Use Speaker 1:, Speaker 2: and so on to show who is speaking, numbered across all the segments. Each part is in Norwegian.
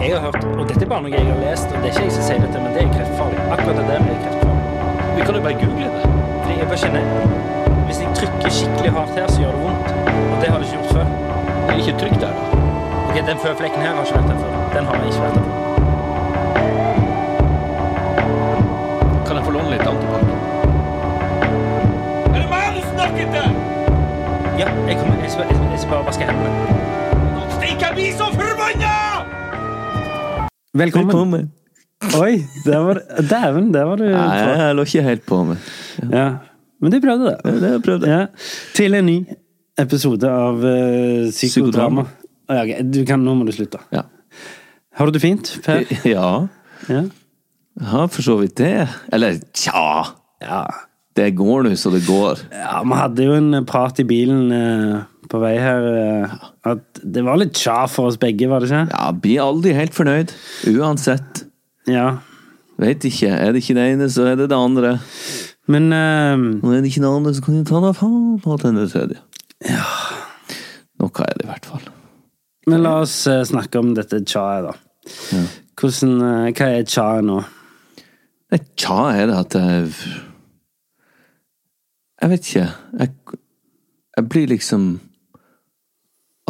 Speaker 1: Jeg har hørt, og dette er bare noe jeg har lest, og det er ikke jeg som sier dette, men det er kreftfarlig. Akkurat det der blir kreftfarlig.
Speaker 2: Vi kan jo bare google det.
Speaker 1: Fordi jeg bare kjenner, hvis jeg trykker skikkelig hardt her, så gjør det vondt. Og det har det ikke gjort før.
Speaker 2: Det är inte tryck där då.
Speaker 1: Ok, den føflekken her har ikke vært der før. Den har jeg ikke vært der før.
Speaker 2: Kan jeg få låne litt antibac? Er det meg du snakker til?
Speaker 1: Ja, jeg kommer, jeg skal, jeg skal- jeg skal bare vaske hendene.
Speaker 2: Ikke bli så forbanna!
Speaker 3: Velkommen.
Speaker 4: Velkommen.
Speaker 3: Oi, der var Dæven, der var du
Speaker 4: Nei, jeg lå ikke helt på med.
Speaker 3: Ja. Men du prøvde, da.
Speaker 4: Det jeg prøvde.
Speaker 3: Ja. Til en ny episode av eh, Psykodrama.
Speaker 4: Psykodrama.
Speaker 3: Ja, ok, du kan, nå må du slutte.
Speaker 4: Ja.
Speaker 3: Har du det fint, Per?
Speaker 4: Ja,
Speaker 3: Ja.
Speaker 4: jeg har for så vidt det. Eller tja.
Speaker 3: Ja.
Speaker 4: Det går nå så det går.
Speaker 3: ja, Vi hadde jo en prat i bilen eh, på vei her eh, at det var litt tja for oss begge, var det ikke?
Speaker 4: Ja, blir aldri helt fornøyd. Uansett.
Speaker 3: Ja.
Speaker 4: Vet ikke. Er det ikke det ene, så er det det andre.
Speaker 3: Men eh,
Speaker 4: Og er det ikke det andre, så kan du ta deg faen på til det tredje. Ja. Noe er det i hvert fall.
Speaker 3: Men la oss eh, snakke om dette tjaet, da. Hvordan, eh, hva er tjaet nå?
Speaker 4: Nei, tja er det at jeg Jeg vet ikke. Jeg, jeg blir liksom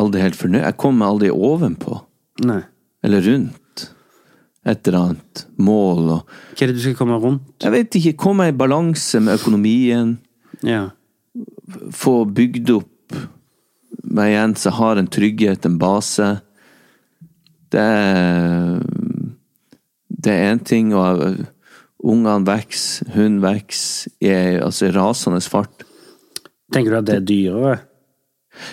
Speaker 4: aldri helt fornøyd. Jeg kommer aldri ovenpå.
Speaker 3: Nei.
Speaker 4: eller rundt et eller annet mål og
Speaker 3: Hva er det du skal komme rundt?
Speaker 4: Jeg vet ikke, komme i balanse med økonomien,
Speaker 3: Ja.
Speaker 4: få bygd opp meg igjen så jeg har en trygghet, en base. Det er Det er én ting, og jeg- ungene vokser, hun vokser i ei- altså, i rasende fart.
Speaker 3: Tenker du at det er dyrere?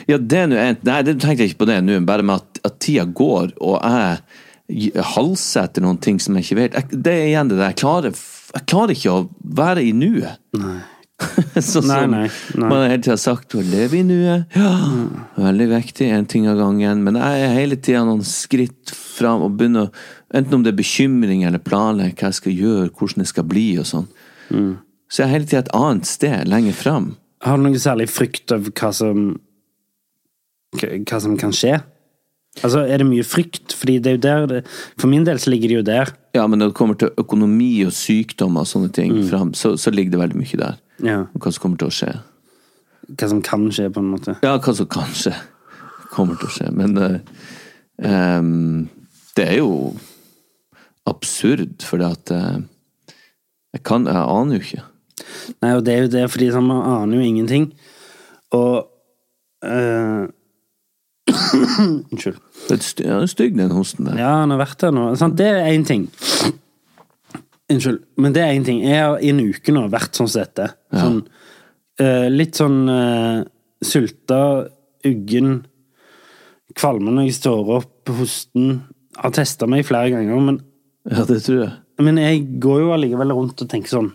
Speaker 4: Ja, det er nå en Nei, det tenkte jeg ikke på det nå, bare med at, at tida går, og jeg j- halser etter noen ting som jeg ikke vet. Jeg, det er igjen det der. Jeg klarer, f- jeg klarer ikke å være i nuet. sånn
Speaker 3: Nei,
Speaker 4: som
Speaker 3: nei, nei.
Speaker 4: man hele tida har sagt. Å leve i nuet. Ja, veldig viktig. Én ting av gangen. Men jeg er hele tida noen skritt fram og begynner å Enten om det er bekymring eller planlegge hva jeg skal gjøre, hvordan det skal bli og sånn.
Speaker 3: Mm.
Speaker 4: Så jeg er hele tida et annet sted, lenger fram.
Speaker 3: Har du noe særlig frykt av hva som hva hva som kan skje? Altså, er det mye frykt? Fordi det er jo der det, For min del så ligger det jo der.
Speaker 4: Ja, men når det kommer til økonomi og sykdommer og sånne ting, fram, så, så ligger det veldig mye der.
Speaker 3: Ja.
Speaker 4: Og hva som kommer til å skje.
Speaker 3: Hva som kan skje, på en måte.
Speaker 4: Ja, hva som kanskje kommer til å skje. Men eh, em, det er jo absurd, for at eh, jeg, kan, jeg aner jo ikke.
Speaker 3: Nei, og det er jo det, fordi sånn, man aner jo ingenting. Og eh, Unnskyld.
Speaker 4: Det er et sty- ja, det er stygg, den hosten der.
Speaker 3: Ja, han har vært der nå. Sant? Det er én ting. Unnskyld. Men det er én ting. Jeg har i en uke nå vært sånn som dette. Sånn, eh, litt sånn eh, sulta, uggen, kvalme når jeg står opp, hosten. Har testa meg flere ganger, men,
Speaker 4: Ja, det tror jeg.
Speaker 3: men jeg går jo allikevel rundt og tenker sånn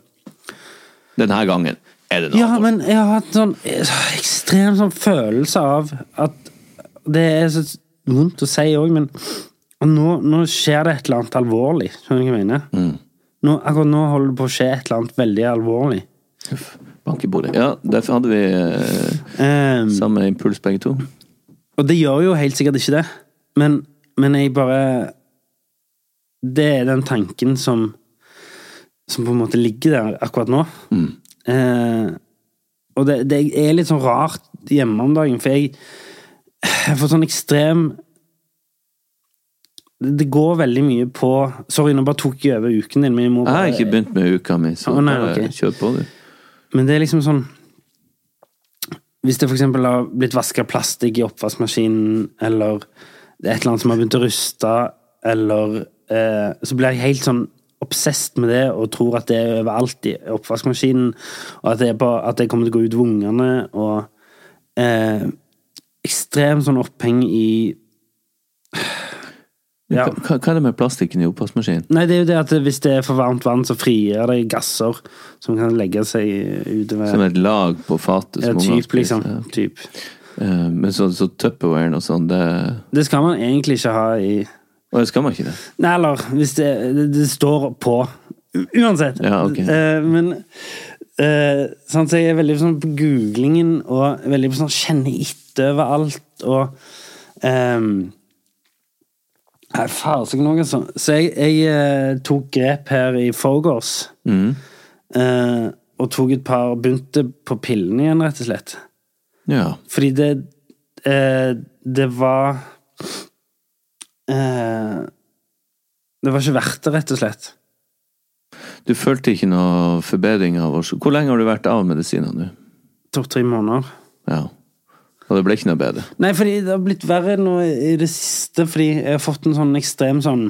Speaker 4: Denne gangen er det noe.
Speaker 3: Ja, men jeg har hatt sånn eh, så ekstrem sånn følelse av at Det er så vondt å si òg, men nå, nå skjer det et eller annet alvorlig. Skjønner du hva jeg mener? Nå, akkurat nå holder det på å skje et eller annet veldig alvorlig.
Speaker 4: Uff, Bank i bordet. Ja, derfor hadde vi eh,
Speaker 3: Ehm,
Speaker 4: samme impuls, begge to.
Speaker 3: og det gjør jo helt sikkert ikke det, men, men jeg bare Det er den tanken som Som på en måte ligger der akkurat nå. Eh, og det, det er litt sånn rart hjemme om dagen, for jeg, jeg får sånn ekstrem det det går veldig mye på Sorry, nå bare tok jeg over uken din. Men, jeg må
Speaker 4: Jeg har
Speaker 3: bare,
Speaker 4: ikke begynt med uka mi, så
Speaker 3: Å, nei,
Speaker 4: bare
Speaker 3: ok.
Speaker 4: kjør på, du.
Speaker 3: men det er liksom sånn Hvis det for eksempel har blitt vaska plastikk i oppvaskmaskinen, eller det er et eller annet som har begynt å ruste, eller eh, Så blir jeg helt sånn obsesst med det og tror at det er overalt i oppvaskmaskinen, og at det, er på, at det kommer til å gå ut vungene, og eh, Ekstrem sånn oppheng i Ja.
Speaker 4: Hva, hva er det med plastikken i oppvaskmaskinen?
Speaker 3: Nei, det er jo det at hvis det er for varmt vann, så frigjør det gasser som kan legge seg utover
Speaker 4: Som et lag på fatet?
Speaker 3: Ja,
Speaker 4: som ungene
Speaker 3: typ,
Speaker 4: spiser.
Speaker 3: liksom.
Speaker 4: Ja.
Speaker 3: Typ.
Speaker 4: Eh, Men så, så Tupperwaren og sånn, det
Speaker 3: Det skal man egentlig ikke ha i
Speaker 4: Å, skal man ikke det?
Speaker 3: Nei, eller hvis det, det, det står på. U- Uansett.
Speaker 4: Ja, ok.
Speaker 3: Eh, men eh, sånn, så jeg er veldig sånn på googlingen og veldig på sånn kjenne etter overalt og ehm, Nei, farsken noe sånt. Så jeg, jeg eh, tok grep her i forgårs.
Speaker 4: Mm.
Speaker 3: Eh, og tok et par Begynte på pillene igjen, rett og slett.
Speaker 4: Ja.
Speaker 3: Fordi det eh, Det var eh, Det var ikke verdt det, rett og slett.
Speaker 4: Du følte ikke noe forbedring av oss. Hvor lenge har du vært av medisiner nå?
Speaker 3: To-tre måneder.
Speaker 4: Ja. Og det ble ikke noe bedre?
Speaker 3: Nei, fordi det har blitt verre nå i det siste, fordi jeg har fått en sånn ekstrem sånn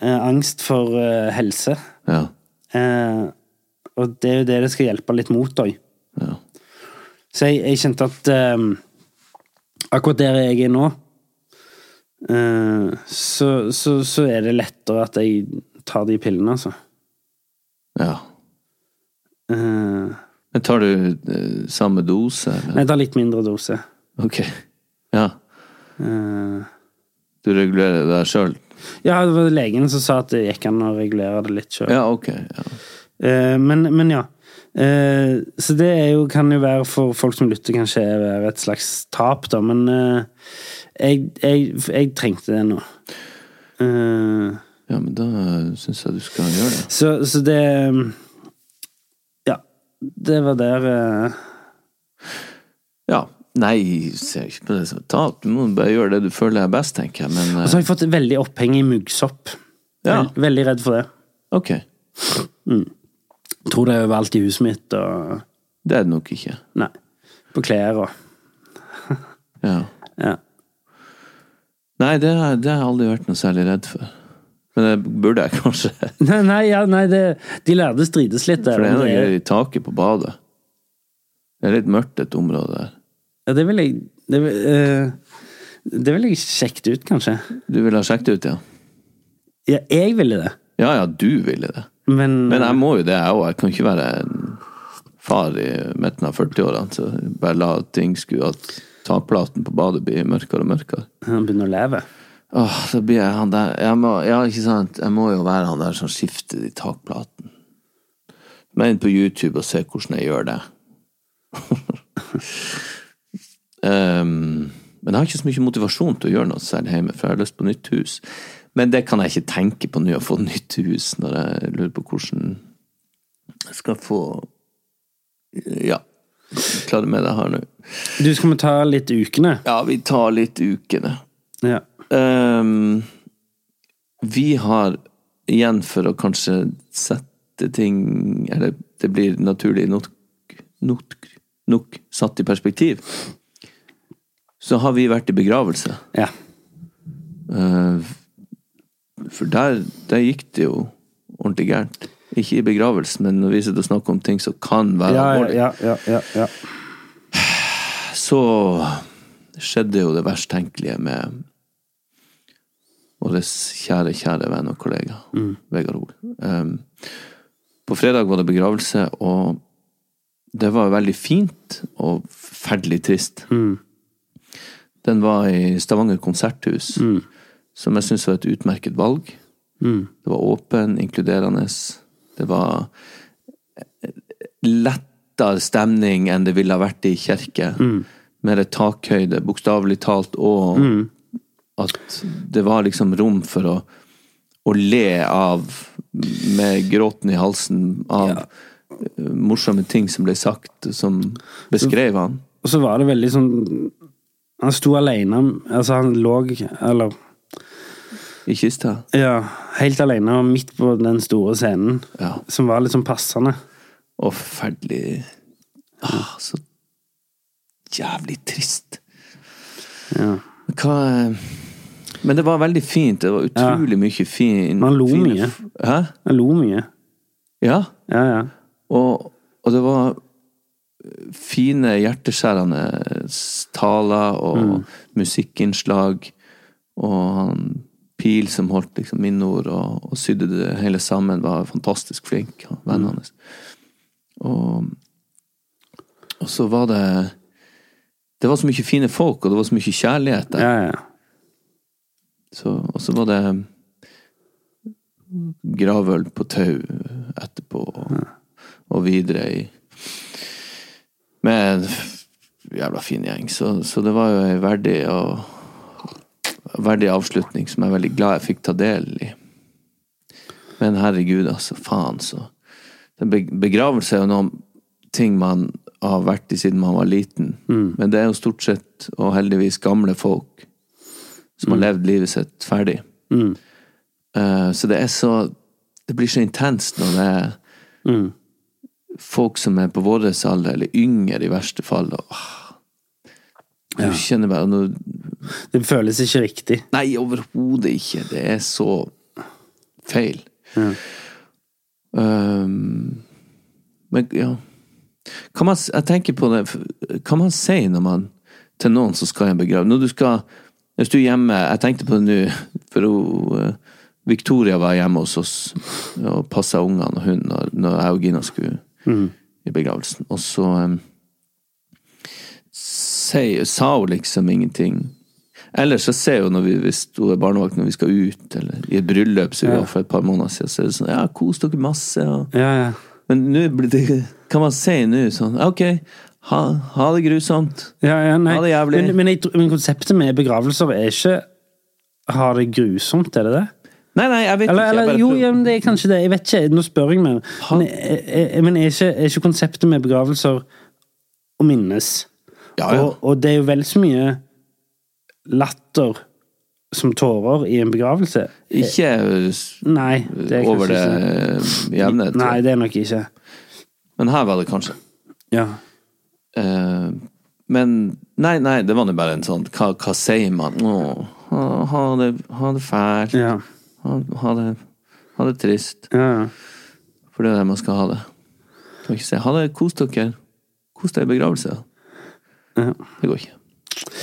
Speaker 3: eh, angst for eh, helse.
Speaker 4: Ja.
Speaker 3: Eh, og det er jo det det skal hjelpe litt mot òg.
Speaker 4: ja.
Speaker 3: Så jeg, jeg kjente at ehm, akkurat der jeg er nå, eh, så, så, så er det lettere at jeg tar de pillene, altså.
Speaker 4: ja.
Speaker 3: Eh,
Speaker 4: Men tar du eh, samme dose, eller?
Speaker 3: jeg tar litt mindre dose.
Speaker 4: Ok. Ja.
Speaker 3: Eh,
Speaker 4: Du regulerer det deg sjøl?
Speaker 3: ja, det var legen som sa at det gikk an å regulere det litt sjøl.
Speaker 4: Ja, ok. Ja.
Speaker 3: Eh, men, men ja. Eh, så det er jo, kan jo være for folk som lytter, kanskje være et slags tap, da. Men eh, jeg, jeg, jeg trengte det nå. Eh,
Speaker 4: ja men da syns jeg du skal gjøre det.
Speaker 3: så, så det um, Ja. Det var der eh,
Speaker 4: Ja. Nei, ser ikke på det som et tap. Du må bare gjøre det du føler er best, tenker jeg. Men
Speaker 3: Og så
Speaker 4: eh,
Speaker 3: har jeg fått veldig oppheng i muggsopp.
Speaker 4: Ja.
Speaker 3: Vel- Veldig redd for det.
Speaker 4: eh, ok.
Speaker 3: Tror det er overalt i huset mitt og
Speaker 4: Det er det nok ikke.
Speaker 3: Nei. På klær og
Speaker 4: Ja.
Speaker 3: Ja.
Speaker 4: Nei, det, har- det har jeg aldri vært noe særlig redd for. Men det burde jeg kanskje.
Speaker 3: Nei, nei, ja, nei det, de lærde strides litt. der,
Speaker 4: For det er
Speaker 3: om
Speaker 4: noe
Speaker 3: det er-
Speaker 4: greier i taket på badet. Det er litt mørkt, et område der.
Speaker 3: Ja, det vil jeg Det, vil- eh, det vil jeg sjekke ut, kanskje.
Speaker 4: Du ville ha sjekket ut, ja?
Speaker 3: Ja, jeg ville det,
Speaker 4: Ja ja, du ville det.
Speaker 3: men,
Speaker 4: Men jeg må jo det, jeg òg. Jeg kan ikke være en far i midten av 40-årene så bare la ting skru at takplaten på badet blir mørkere og mørkere.
Speaker 3: han begynner å leve.
Speaker 4: Åh, så blir jeg han der jeg må, Ja, ikke sant. Jeg må jo være han der som skifter de takplatene. Må inn på YouTube og se hvordan jeg gjør det. Ehm, men jeg har ikke så mye motivasjon til å gjøre noe særlig hjemme, for jeg har lyst på nytt hus. Men det kan jeg ikke tenke på nå, å få nytt hus, når jeg lurer på hvordan jeg skal få Ja. Klare med det jeg har nå.
Speaker 3: Du, skal vi ta litt ukene?
Speaker 4: Ja, vi tar litt ukene.
Speaker 3: Ja.
Speaker 4: Ehm, vi har igjen for å kanskje sette ting Eller det blir naturlig nok, nok, nok satt i perspektiv. Så har vi vært i begravelse.
Speaker 3: ja.
Speaker 4: Eh, for der, der gikk det jo ordentlig gærent. Ikke i begravelsen, men når vi sitter og snakker om ting som kan være
Speaker 3: Ja,
Speaker 4: alvorlig,
Speaker 3: ja, ja, ja, ja.
Speaker 4: så skjedde jo det verst tenkelige med vår kjære, kjære venn og kollega Vegard Hoel. Ehm, på fredag var det begravelse, og det var veldig fint og forferdelig trist. Den var i Stavanger konserthus, som jeg syns var et utmerket valg. Det var åpen, inkluderende. Det var lettere stemning enn det ville ha vært i kirke.
Speaker 3: Mm.
Speaker 4: Mer takhøyde, bokstavelig talt, og
Speaker 3: Mm.
Speaker 4: at det var liksom rom for å, å le av med gråten i halsen av eh, morsomme ting som ble sagt, som beskrev han.
Speaker 3: Og så var det veldig sånn Han sto alene. Altså, han lå Eller
Speaker 4: I kista.
Speaker 3: Ja, helt alene midt på den store scenen,
Speaker 4: Ja.
Speaker 3: som var litt sånn passende.
Speaker 4: Og forferdelig ah, Så jævlig trist.
Speaker 3: Ja.
Speaker 4: Hva eh, Men det var veldig fint. Det var utrolig mye fin
Speaker 3: Man lo
Speaker 4: fine
Speaker 3: mye.
Speaker 4: f- Hæ?
Speaker 3: Jeg lo mye.
Speaker 4: Ja.
Speaker 3: Ja, ja.
Speaker 4: Og, og det var fine, hjerteskjærende s- taler og musikkinnslag. Og han Pil som holdt liksom minneord og, og sydde det hele sammen, var fantastisk flink. han Vennen hans. Og, og så var det Det var så mye fine folk, og det var så mye kjærlighet der.
Speaker 3: ja, ja.
Speaker 4: Så, og så var det gravøl på tau etterpå, og, og videre i Med en f- jævla fin gjeng. Så, så det var jo ei verdig og verdig avslutning som jeg er veldig glad jeg fikk ta del i. Men herregud, altså. Faen, så Den be- Begravelse er jo noen ting man har vært i siden man var liten. Men det er jo stort sett, og heldigvis, gamle folk som har levd livet sitt ferdig. Eh, så det er så Det blir så intenst når det er folk som er på vår alder, eller yngre i verste fall. Og, ah, du kjenner bare nå,
Speaker 3: Det føles ikke riktig.
Speaker 4: Nei, overhodet ikke! Det er så feil. Um, men ja kan man, s- Jeg tenker på det f- Kan man si når man til noen som skal i en begravelse Når du skal Hvis du er hjemme Jeg tenkte på det nå, for hun eh, Victoria var hjemme hos oss og passa ungene og hun når, når jeg og Gina skulle i begravelsen. Og så um, sier- sa hun liksom ingenting. Ellers så ser jeg jo når vi, hvis hun er barnevakt når vi skal ut, eller i et bryllup som vi var for et par måneder siden, så er det sånn Ja, kos dere masse. og
Speaker 3: Ja, ja.
Speaker 4: men nå blir det Kan man si nå sånn Ok, ha, ha det grusomt.
Speaker 3: Ja, ja, nei.
Speaker 4: Ha det jævlig.
Speaker 3: Men, men, jeg, tror- men konseptet med begravelser er ikke ha det grusomt, er det det?
Speaker 4: Nei, nei, jeg vet
Speaker 3: Eller,
Speaker 4: ikke. Jeg
Speaker 3: eller
Speaker 4: bare
Speaker 3: jo,
Speaker 4: prøver.
Speaker 3: ja, men det er kanskje det. Jeg vet ikke, nå spør jeg meg. Men, er- er- men er, ikke, er ikke konseptet med begravelser å minnes?
Speaker 4: Ja, ja.
Speaker 3: Og, og det er jo vel så mye latter som tårer i en begravelse.
Speaker 4: Ikke eh, s-
Speaker 3: Nei, det er
Speaker 4: over
Speaker 3: kanskje
Speaker 4: det
Speaker 3: ikke
Speaker 4: eh, jevne. tror
Speaker 3: Nei,
Speaker 4: jeg.
Speaker 3: det er nok ikke.
Speaker 4: Men her var det kanskje.
Speaker 3: Ja.
Speaker 4: Eh, men Nei, nei, det var nå bare en sånn Hva, hva sier man? Åh, ha, ha, det, ha det fælt.
Speaker 3: Ja.
Speaker 4: Ha, ha, det, ha det trist.
Speaker 3: ja.
Speaker 4: For det er der man skal ha det. Kan man ikke si ha det, kos dere. Kos deg i begravelse.
Speaker 3: Ja.
Speaker 4: Det går ikke.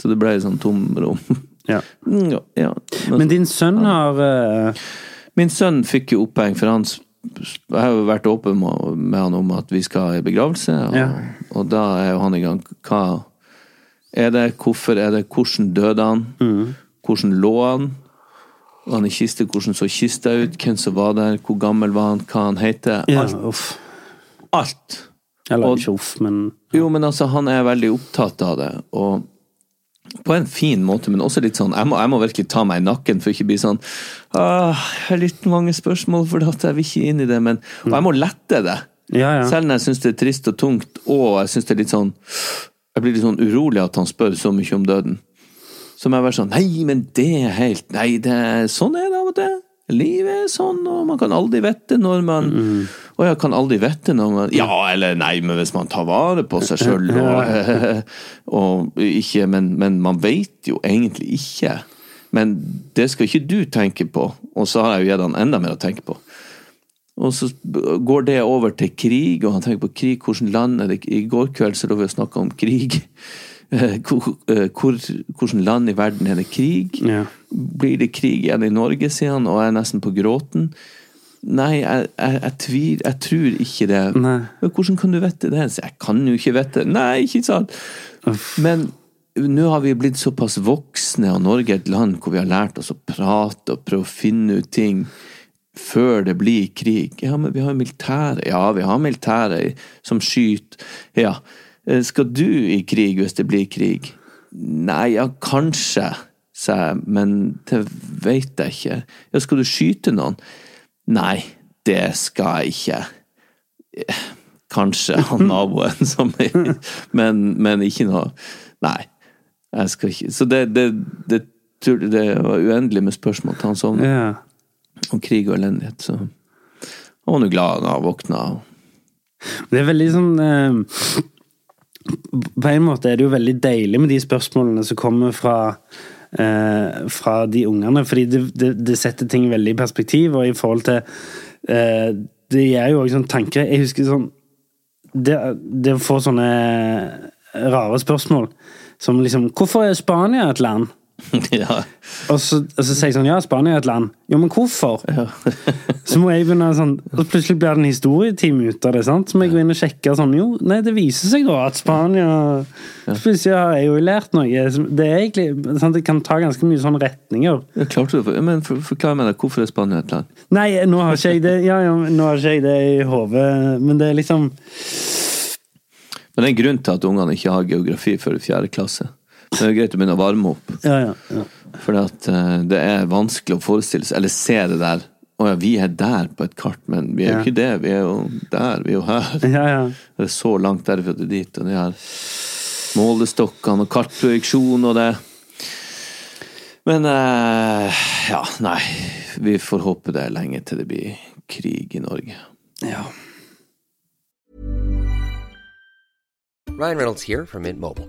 Speaker 4: Så det ble sånn tomrom.
Speaker 3: ja.
Speaker 4: Mm, ja, ja. Men,
Speaker 3: Men din sønn har eh,
Speaker 4: min sønn fikk jo oppheng, for han s- jeg har jo vært åpen med, med han om at vi skal i begravelse, og,
Speaker 3: Ja.
Speaker 4: og da er jo han i gang. Hva er det? Hvorfor er det? Hvordan døde han?
Speaker 3: Mm.
Speaker 4: Hvordan lå han? Var han i kiste? Hvordan så kista ut? Hvem som var der? Hvor gammel var han? Hva han heter?
Speaker 3: ja,
Speaker 4: Alt.
Speaker 3: Uff.
Speaker 4: alt.
Speaker 3: Eller
Speaker 4: Og-
Speaker 3: ikke uff, men
Speaker 4: Jo, men altså, han er veldig opptatt av det, og på en fin måte, men også litt sånn Jeg må, jeg må virkelig ta meg i nakken for ikke å bli sånn «Åh, Jeg har litt mange spørsmål, for at jeg vil ikke inn i det, men Og jeg må lette det.
Speaker 3: Ja, ja.
Speaker 4: Selv når jeg syns det er trist og tungt, og jeg syns det er litt sånn Jeg blir litt sånn urolig at han spør så mye om døden. Så må jeg være sånn Nei, men det er helt Nei, det er, sånn er det av og til. Livet er sånn, og man kan aldri vite når man
Speaker 3: Mm.
Speaker 4: Å ja, kan aldri vite når man Ja, eller nei, men hvis man tar vare på seg sjøl og, og ikke Men, men man veit jo egentlig ikke. Men det skal ikke du tenke på, og så har jeg jo gitt han enda mer å tenke på. Og så går det over til krig, og han tenker på krig, hvordan land er det I går kveld så lå vi og snakka om krig. Eh, Hvor, eh, hvor, hvordan land i verden er det krig?
Speaker 3: Ja.
Speaker 4: Blir det krig igjen i Norge, sier han, og jeg er nesten på gråten. Nei, jeg, jeg, jeg, tvil, jeg tror ikke det.
Speaker 3: Nei.
Speaker 4: Men hvordan kan du vite det? Så jeg kan jo ikke vite det. Nei, ikke sant? Men nå har vi blitt såpass voksne, og Norge er et land hvor vi har lært oss å prate og prøve å finne ut ting før det blir krig. Ja, men vi har militære. Ja, vi har militære som skyter. Ja. Eh, Skal du i krig hvis det blir krig? Nei, ja, kanskje, sa jeg, men det veit jeg ikke. Ja, skal du skyte noen? Nei, det skal jeg ikke. Eh, Kanskje han naboen som men, men ikke noe Nei. Jeg skal ikke Så det, det, det, tull- det var uendelig med spørsmål til han sovna
Speaker 3: Ja.
Speaker 4: om krig og elendighet. Så han var nå glad da han våkna.
Speaker 3: Det er veldig sånn eh, På en måte er det jo veldig deilig med de spørsmålene som kommer fra eh, fra de ungene, fordi det, det, det setter ting veldig i perspektiv, og i forhold til eh, Det gir jo òg sånn tanker Jeg husker sånn det, det å få sånne rare spørsmål som liksom Hvorfor er Spania et land?
Speaker 4: ja.
Speaker 3: Og så, og så sier jeg sånn Ja, Spania er et land. Jo, men hvorfor? så må jeg begynne sånn Og plutselig blir det en historietime ut av det. sant? Så må jeg gå inn og sjekke sånn Jo, nei, det viser seg da at Spania Plutselig har jeg jo lært noe. som- Det er egentlig sant? Det kan ta ganske mye sånne retninger.
Speaker 4: Ja, klarte du det? Men for, forklar meg det, hvorfor er Spania et land?
Speaker 3: Nei, nå har ikke jeg det Ja, ja, nå har ikke jeg det i hodet, men det er liksom
Speaker 4: Men det er en grunn til at ungene ikke har geografi før i fjerde klasse. Men det er greit å begynne å varme opp.
Speaker 3: Ja, ja. ja.
Speaker 4: For at, eh, det er vanskelig å forestille seg, eller se det der. Å ja, vi er der på et kart, men vi er
Speaker 3: Ja.
Speaker 4: jo ikke det. Vi er jo der, vi er jo her.
Speaker 3: ja, ja.
Speaker 4: Det er så langt derfra til dit, og de her målestokkene og kartprojeksjon og det. Men eh, ja, nei. Vi får håpe det er lenge til det blir krig i Norge.
Speaker 5: Ryan Reynolds here from Mint Mobile.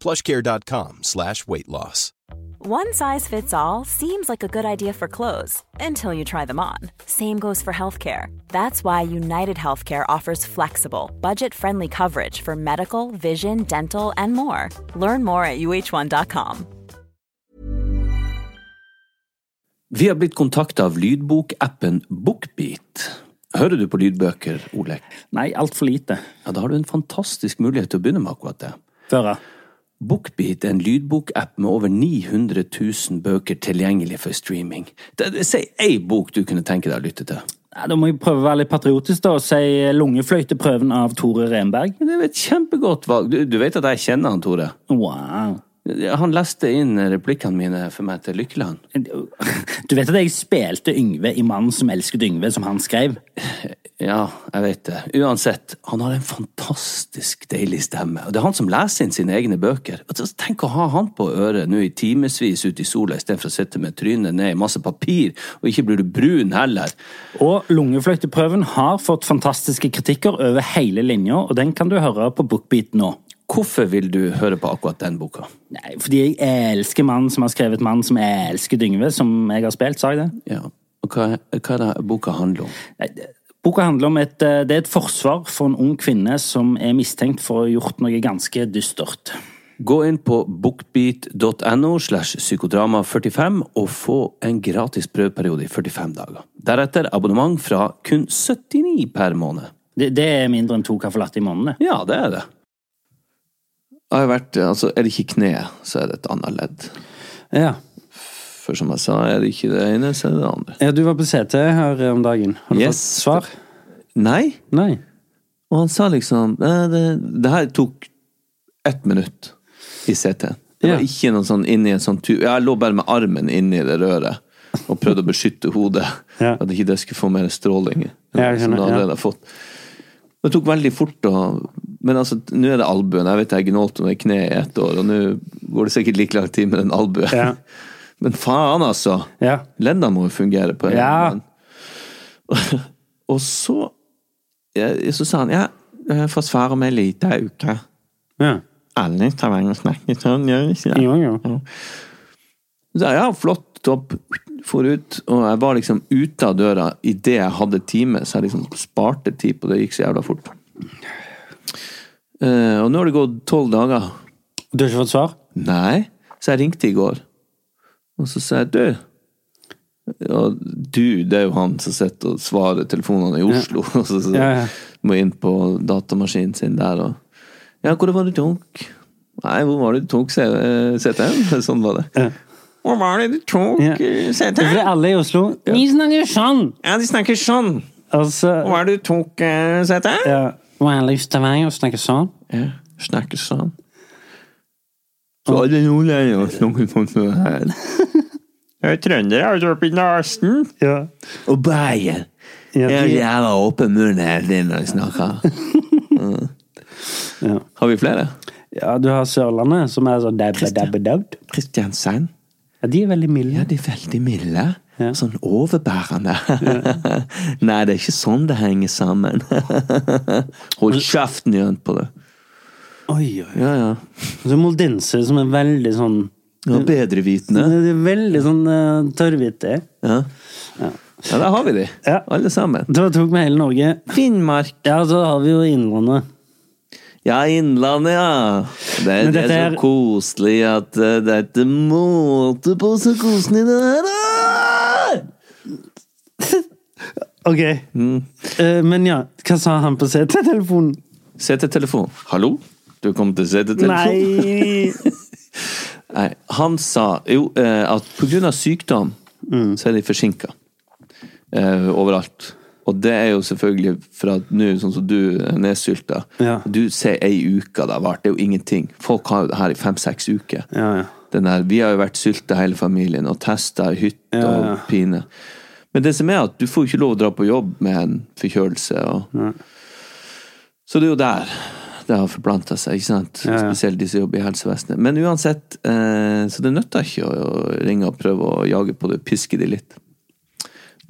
Speaker 6: plushcare.com slash weight loss.
Speaker 7: One size fits all seems like a good idea for clothes until you try them on. Same goes for healthcare. That's why United Healthcare offers flexible, budget friendly coverage for medical, vision, dental, and more. Learn more at uh1.com.
Speaker 4: Vi har blitt kontakta av lydbokappen Bookbeat. Hører du på lydbøker, Olek?
Speaker 3: Nei, altfor lite.
Speaker 4: Ja, da har du en fantastisk mulighet til å begynne med akkurat det.
Speaker 3: Før jeg.
Speaker 4: Bookbeat er en lydbokapp med over 900 000 bøker tilgjengelig for streaming. Det, det, si ei bok du kunne tenke deg å lytte til.
Speaker 3: Nei, Da må jeg prøve å være litt patriotisk da, og si Lungefløyteprøven av Tore Renberg.
Speaker 4: Det er jo et kjempegodt valg. Du, du vet at jeg kjenner han, Tore?
Speaker 3: Wow.
Speaker 4: Han leste inn replikkene mine for meg til Lykkeland.
Speaker 3: Du vet at jeg spilte Yngve i Mannen som elsket Yngve, som han skrev?
Speaker 4: Ja, jeg vet det. Uansett, han har en fantastisk deilig stemme. Og det er han som leser inn sine egne bøker. Altså, tenk å ha han på øret nå i timevis ute i sola istedenfor å sitte med trynet ned i masse papir, og ikke blir du brun heller.
Speaker 3: Og Lungefløyteprøven har fått fantastiske kritikker over hele linja, og den kan du høre på Bookbeat nå.
Speaker 4: Hvorfor vil du høre på akkurat den boka?
Speaker 3: Nei, fordi jeg elsker mannen som har skrevet 'Mannen som elsket Yngve', som jeg har spilt, sa jeg det?
Speaker 4: Ja, og hva, hva er det boka handler om?
Speaker 3: Nei, det- Boka handler om et, eh, det er et forsvar for en ung kvinne som er mistenkt for å ha gjort noe ganske dystert.
Speaker 4: Gå inn på bookbeat.no slash psykodrama45 og få en gratis prøveperiode i 45 dager. Deretter abonnement fra kun 79 per måned.
Speaker 3: Det, det er mindre enn to kaffe latte i måneden. det.
Speaker 4: Ja, det er det. Jeg har vært, altså, er det ikke kneet, så er det et annet ledd.
Speaker 3: Ja.
Speaker 4: For som jeg sa, er det ikke det ene, så er det det andre.
Speaker 3: ja, du var på CT her om dagen. Har du
Speaker 4: Yes.
Speaker 3: fått svar?
Speaker 4: Nei,
Speaker 3: Nei.
Speaker 4: og han sa liksom «Nei, Det, det her tok ett minutt i CT. Det var
Speaker 3: Ja.
Speaker 4: ikke noe sånn inni en sånn tur. Jeg lå bare med armen inni det røret og prøvde å beskytte hodet.
Speaker 3: Ja.
Speaker 4: At ikke det skulle få mer stråling.
Speaker 3: Ja, jeg skjønner,
Speaker 4: som det
Speaker 3: ja.
Speaker 4: allerede har fått. Det tok veldig fort å Men altså, nå er det albuen. Jeg vet jeg gnålte meg i kneet i ett år, og nå går det sikkert like lang tid med den albuen.
Speaker 3: Ja.
Speaker 4: Men faen, altså!
Speaker 3: Ja.
Speaker 4: Leddene må jo fungere på en
Speaker 3: Ja.
Speaker 4: måte. Og så jeg, Så sa han ja, jeg får svare om ei lita uke.
Speaker 3: Ja.
Speaker 4: Alle Stavanger snakker sånn, gjør de ikke det?
Speaker 3: Jo, jo.
Speaker 4: Så sa jeg, ja, flott, topp. For ut, og jeg var liksom ute av døra idet jeg hadde time, så jeg liksom sparte tid på det. Det gikk så jævla fort. Eh, og nå har det gått tolv dager.
Speaker 3: Du har ikke fått svar?
Speaker 4: Nei. Så jeg ringte i går, og så sa jeg du Og du, det er jo han som sitter og svarer telefonene i Oslo, og så, så
Speaker 3: Ja, ja.
Speaker 4: må jeg inn på datamaskinen sin der og Ja, hvor var det du tok? Nei, hvor var det du tok CTM? Sånn var det. Hvor var det du tok
Speaker 3: Ja.
Speaker 4: eh,
Speaker 3: Fordi
Speaker 4: CTM?
Speaker 3: alle i Oslo Vi snakker jo sånn!
Speaker 4: Ja, de snakker sånn. Hvor
Speaker 3: Altså
Speaker 4: var det du tok eh, CTM?
Speaker 3: ja. Og alle i Stavanger snakker sånn.
Speaker 4: Ja, snakker sånn. Så er det nordlendinger og snakker sånn som det her. Jeg er trønder, jeg er oppe i nesen.
Speaker 3: Ja.
Speaker 4: Og Bergen.
Speaker 3: Ja,
Speaker 4: Jeg har
Speaker 3: de,
Speaker 4: jævla åpen munn hele tiden når jeg snakker. Mm.
Speaker 3: Ja.
Speaker 4: Har vi flere?
Speaker 3: ja, du har Sørlandet, som er sånn dabba, dabba, dabbed.
Speaker 4: Kristiansand.
Speaker 3: Ja, de er veldig milde.
Speaker 4: Ja, de er veldig milde.
Speaker 3: Ja.
Speaker 4: Sånn overbærende. Nei, det er ikke sånn det henger sammen. Hold kjeften igjen på det.
Speaker 3: Oi, oi.
Speaker 4: Ja, ja.
Speaker 3: Og så moldenser, som er veldig sånn
Speaker 4: ja bedrevitende.
Speaker 3: Det er veldig sånn uh, tørrhvite.
Speaker 4: Ja. ja, der har vi de.
Speaker 3: Ja.
Speaker 4: Alle sammen.
Speaker 3: Da tok vi hele Norge.
Speaker 4: Finnmark.
Speaker 3: Ja, så har vi jo Innlandet.
Speaker 4: Ja, Innlandet, ja. Det, er-
Speaker 3: Men
Speaker 4: det er så
Speaker 3: dette er-
Speaker 4: koselig at eh, det er ikke måte på så koselig det her er!
Speaker 3: Ok. Eh, men ja, hva sa han på CT-telefonen?
Speaker 4: CT-telefon. Hallo? Du kom til CT-telefon?
Speaker 3: Nei
Speaker 4: Nei, Han sa jo eh, at pga. sykdom
Speaker 3: Mm.
Speaker 4: så er de forsinka eh, overalt. Og det er jo selvfølgelig for at nå, sånn som du er nedsylta
Speaker 3: Ja.
Speaker 4: Du sier ei uke det har vært, det er jo ingenting. Folk har jo det her i fem-seks uker.
Speaker 3: Ja, ja.
Speaker 4: Den der, vi har jo vært sylta hele familien og testa i hytte
Speaker 3: Ja, ja.
Speaker 4: og pine. Men det som er at du får jo ikke lov å dra på jobb med en forkjølelse. Og... Så det er jo der det har forplanta seg, ikke sant?
Speaker 3: Ja, ja.
Speaker 4: Spesielt de som jobber i helsevesenet. Men uansett, eh, så det nytter ikke å å ringe og prøve å jage på det, piske de litt.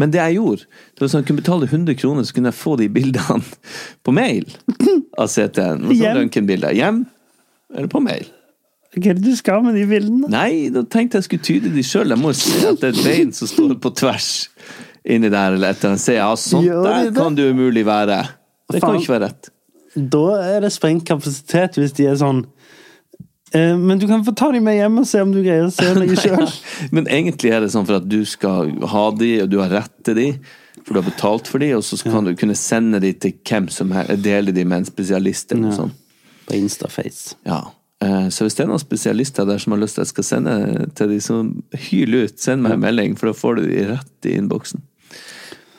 Speaker 4: Men det jeg gjorde, det var sånn, jeg kunne betale 100 kroner, så kunne jeg få de bildene på mail av CT-en. Og sånn
Speaker 3: Hjem.
Speaker 4: røntgenbilder. Hjem, eller på mail.
Speaker 3: Hva er det du skal med de bildene?
Speaker 4: Nei, da tenkte jeg skulle tyde de sjøl. Jeg må jo se at det er et bein som står på tvers inni der. eller et eller annet. Se, ja, sånt
Speaker 3: Gjør de
Speaker 4: der
Speaker 3: det?
Speaker 4: kan det umulig være. Det kan
Speaker 3: Faen.
Speaker 4: jo ikke være rett.
Speaker 3: Da er det sprengt kapasitet hvis de er sånn eh, Men du kan få ta dem med hjem og se om du greier å se noe sjøl.
Speaker 4: Men egentlig er det sånn for at du skal ha de, og du har rett til de, for du har betalt for de, og så kan du kunne sende de til hvem som helst, dele de med en spesialist eller noe sånt.
Speaker 3: På Instaface.
Speaker 4: Ja. Eh, Så hvis det er noen spesialister der som har lyst til at jeg skal sende til de som hyler ut, send meg en melding, for da får du de rett i innboksen.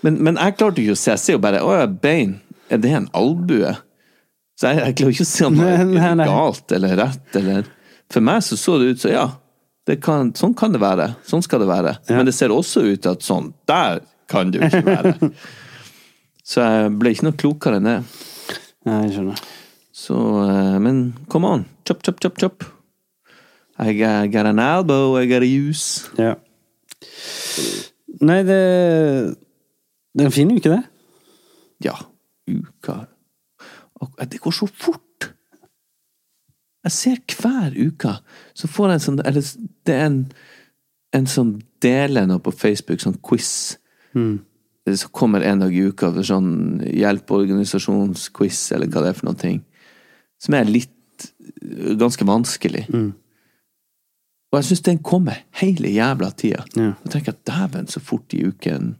Speaker 4: Men, men jeg klarte jo ikke å se. Jeg ser jo bare Å ja, bein. Er det en albue? Så jeg, jeg klarer ikke å se om det
Speaker 3: Nei, nei,
Speaker 4: er
Speaker 3: nei.
Speaker 4: galt eller rett, eller For meg så så det ut som ja, det kan, sånn kan det være. Sånn skal det være. Men det ser også ut til at sånn der kan det jo ikke være. så jeg ble ikke noe klokere enn det.
Speaker 3: Ja, jeg skjønner.
Speaker 4: So, uh, men come on. Chop, chop, chop, chop. I got, I got an elbow I gotta use.
Speaker 3: Ja. Nei, det Det er en fin uke, det.
Speaker 4: Ja, uka Og- Det går så fort! Jeg ser hver uke, så får jeg en sånn Eller det er en, en som deler noe på Facebook, sånn quiz. Så kommer en dag i uka for sånn hjelpeorganisasjonsquiz, eller hva det er for noe. ting. Som er litt øh, Ganske vanskelig. Og jeg syns den kommer hele jævla tida.
Speaker 3: Ja.
Speaker 4: Og tenker at dæven, så fort i uken.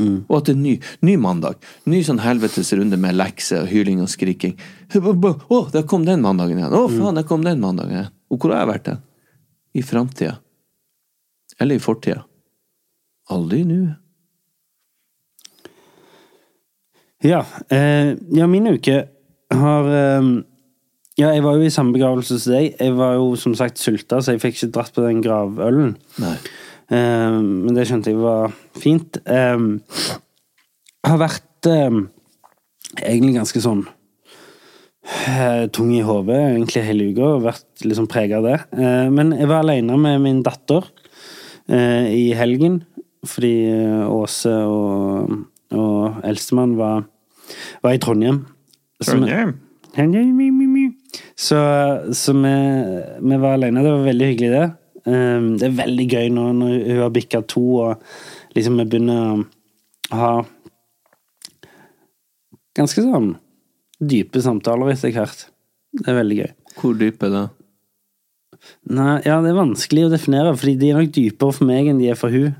Speaker 4: Og at det er ny, ny mandag. Ny sånn helvetes runde med lekser og hyling og skriking. Å, der kom den mandagen igjen! Å, faen, der kom den mandagen igjen! Og hvor har jeg vært hen? I framtida. Eller i fortida. Aldri i nuet.
Speaker 3: Ja, eh, ja min uke har eh, Ja, jeg var jo i samme begravelse som deg. Jeg var jo som sagt sulta, så jeg fikk ikke dratt på den gravølen.
Speaker 4: Nei.
Speaker 3: Eh, men det skjønte jeg var Ehm, fint. Eh, har vært eh, ehm, egentlig ganske sånn eh, tung i hodet egentlig hele uka og vært liksom prega av det. Eh, Men jeg var alene med min datter eh, i helgen fordi eh, Åse og, og eldstemann var, var i Trondheim. Så vi- Så, så vi, vi var alene. Det var veldig hyggelig, det. Eh, Det er veldig gøy nå når hun har bikka to og liksom vi begynner å ha ganske sånn dype samtaler etter hvert. Det er veldig gøy.
Speaker 4: Hvor dyp er det?
Speaker 3: Nei, ja, det er vanskelig å definere, fordi de er nok dypere for meg enn de er for hun.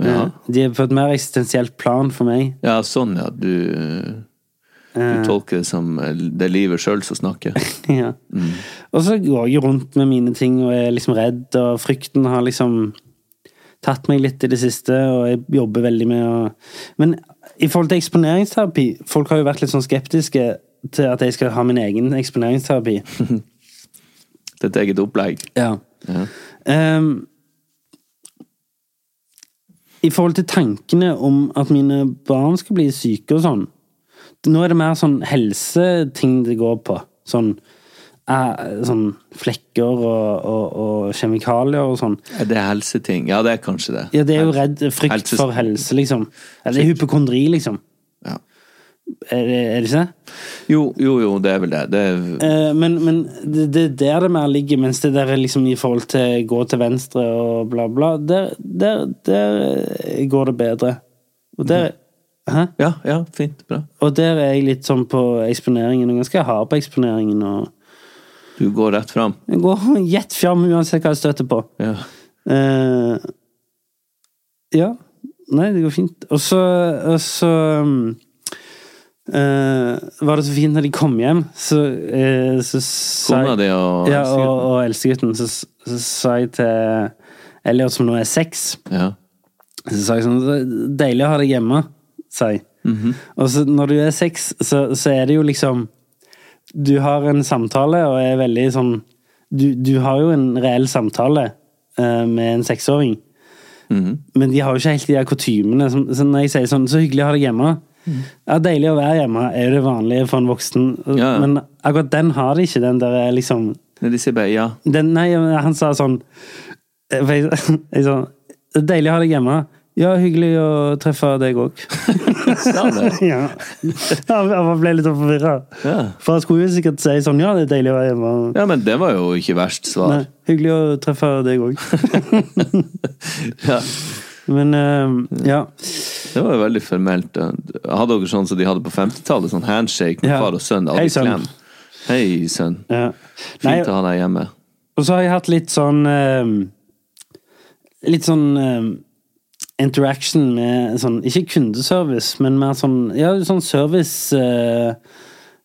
Speaker 4: Ja.
Speaker 3: Eh, De er på et mer eksistensielt plan for meg.
Speaker 4: ja, sånn, ja. Du, du tolker det som eh, det er livet sjøl som snakker.
Speaker 3: ja. Og så går jeg jo rundt med mine ting og er liksom redd, og frykten har liksom tatt meg litt i det siste, og jeg jobber veldig med å Men i forhold til eksponeringsterapi Folk har jo vært litt sånn skeptiske til at jeg skal ha min egen eksponeringsterapi.
Speaker 4: Det er et eget opplegg.
Speaker 3: Ja.
Speaker 4: Ja.
Speaker 3: Ehm, I forhold til tankene om at mine barn skal bli syke og sånn Nå er det mer sånn helseting det går på. Sånn, eh, sånn flekker og, og, og kjemikalier og sånn.
Speaker 4: Er det helseting? Ja, det er kanskje det.
Speaker 3: Ja, det er jo redd frykt
Speaker 4: Helse-
Speaker 3: for helse, liksom. Ja, det er hypokondri, liksom.
Speaker 4: Ja.
Speaker 3: Er det, er det ikke det?
Speaker 4: Jo, jo, jo, det er vel det. det er,
Speaker 3: Eh, men, men det, det er der det mer ligger, mens det der er liksom i forhold til gå til venstre og bla, bla Der, der, der går det bedre. Og der, hæ?
Speaker 4: ja, ja, fint. Bra.
Speaker 3: og der er jeg litt sånn på eksponeringen, og ganske hard på eksponeringen. Og
Speaker 4: Du går rett fram.
Speaker 3: jeg går gjett fram uansett hva jeg støter på.
Speaker 4: Ja.
Speaker 3: Eh, ja. Nei, det går fint. Og så Og så um, eh, var det så fint når de kom hjem, så, eh, så sa
Speaker 4: Kona di og
Speaker 3: ja, og, og eldstegutten, så, så sa jeg til Elliot, som nå er seks
Speaker 4: Ja.
Speaker 3: Så sa jeg sånn "Så Deilig å ha deg hjemme, sa jeg.
Speaker 4: Mhm.
Speaker 3: Og så når du er seks, så, så er det jo liksom Du har en samtale og er veldig sånn Du, du har jo en reell samtale eh, med en seksåring,
Speaker 4: Mhm.
Speaker 3: men de har jo ikke helt de der kutymene. som- Så når jeg sier sånn 'Så hyggelig å ha deg hjemme',
Speaker 4: Mhm.
Speaker 3: ja, deilig å være hjemme er jo det vanlige for en voksen,
Speaker 4: Ja, ja.
Speaker 3: men akkurat den har de ikke, den der er liksom
Speaker 4: Nei, de sier bare ja.
Speaker 3: den, nei, men han sa sånn for jeg, jeg sa, Det er deilig å ha deg hjemme. Ja, hyggelig å treffe deg òg.
Speaker 4: Sa det.
Speaker 3: ja. Han han ble litt forvirra.
Speaker 4: Ja.
Speaker 3: For han skulle jo sikkert si sånn Ja, det er deilig å være hjemme.
Speaker 4: ja, men det var jo ikke
Speaker 3: Nei,
Speaker 4: verst svar.
Speaker 3: hyggelig å treffe deg òg.
Speaker 4: Ja.
Speaker 3: Men eh, ja.
Speaker 4: Det var jo veldig formelt. Hadde dere sånn som de hadde på 50-tallet? Sånn handshake med
Speaker 3: Ja.
Speaker 4: far og sønn?
Speaker 3: Hei,
Speaker 4: Aldri
Speaker 3: sønn.
Speaker 4: klem. Hei, sønn.
Speaker 3: ja. Nei,
Speaker 4: Fint å ha deg hjemme.
Speaker 3: Og så har jeg hatt litt sånn eh, Litt sånn eh, interaction med sånn Ikke kundeservice, men mer sånn Ja, sånn service eh,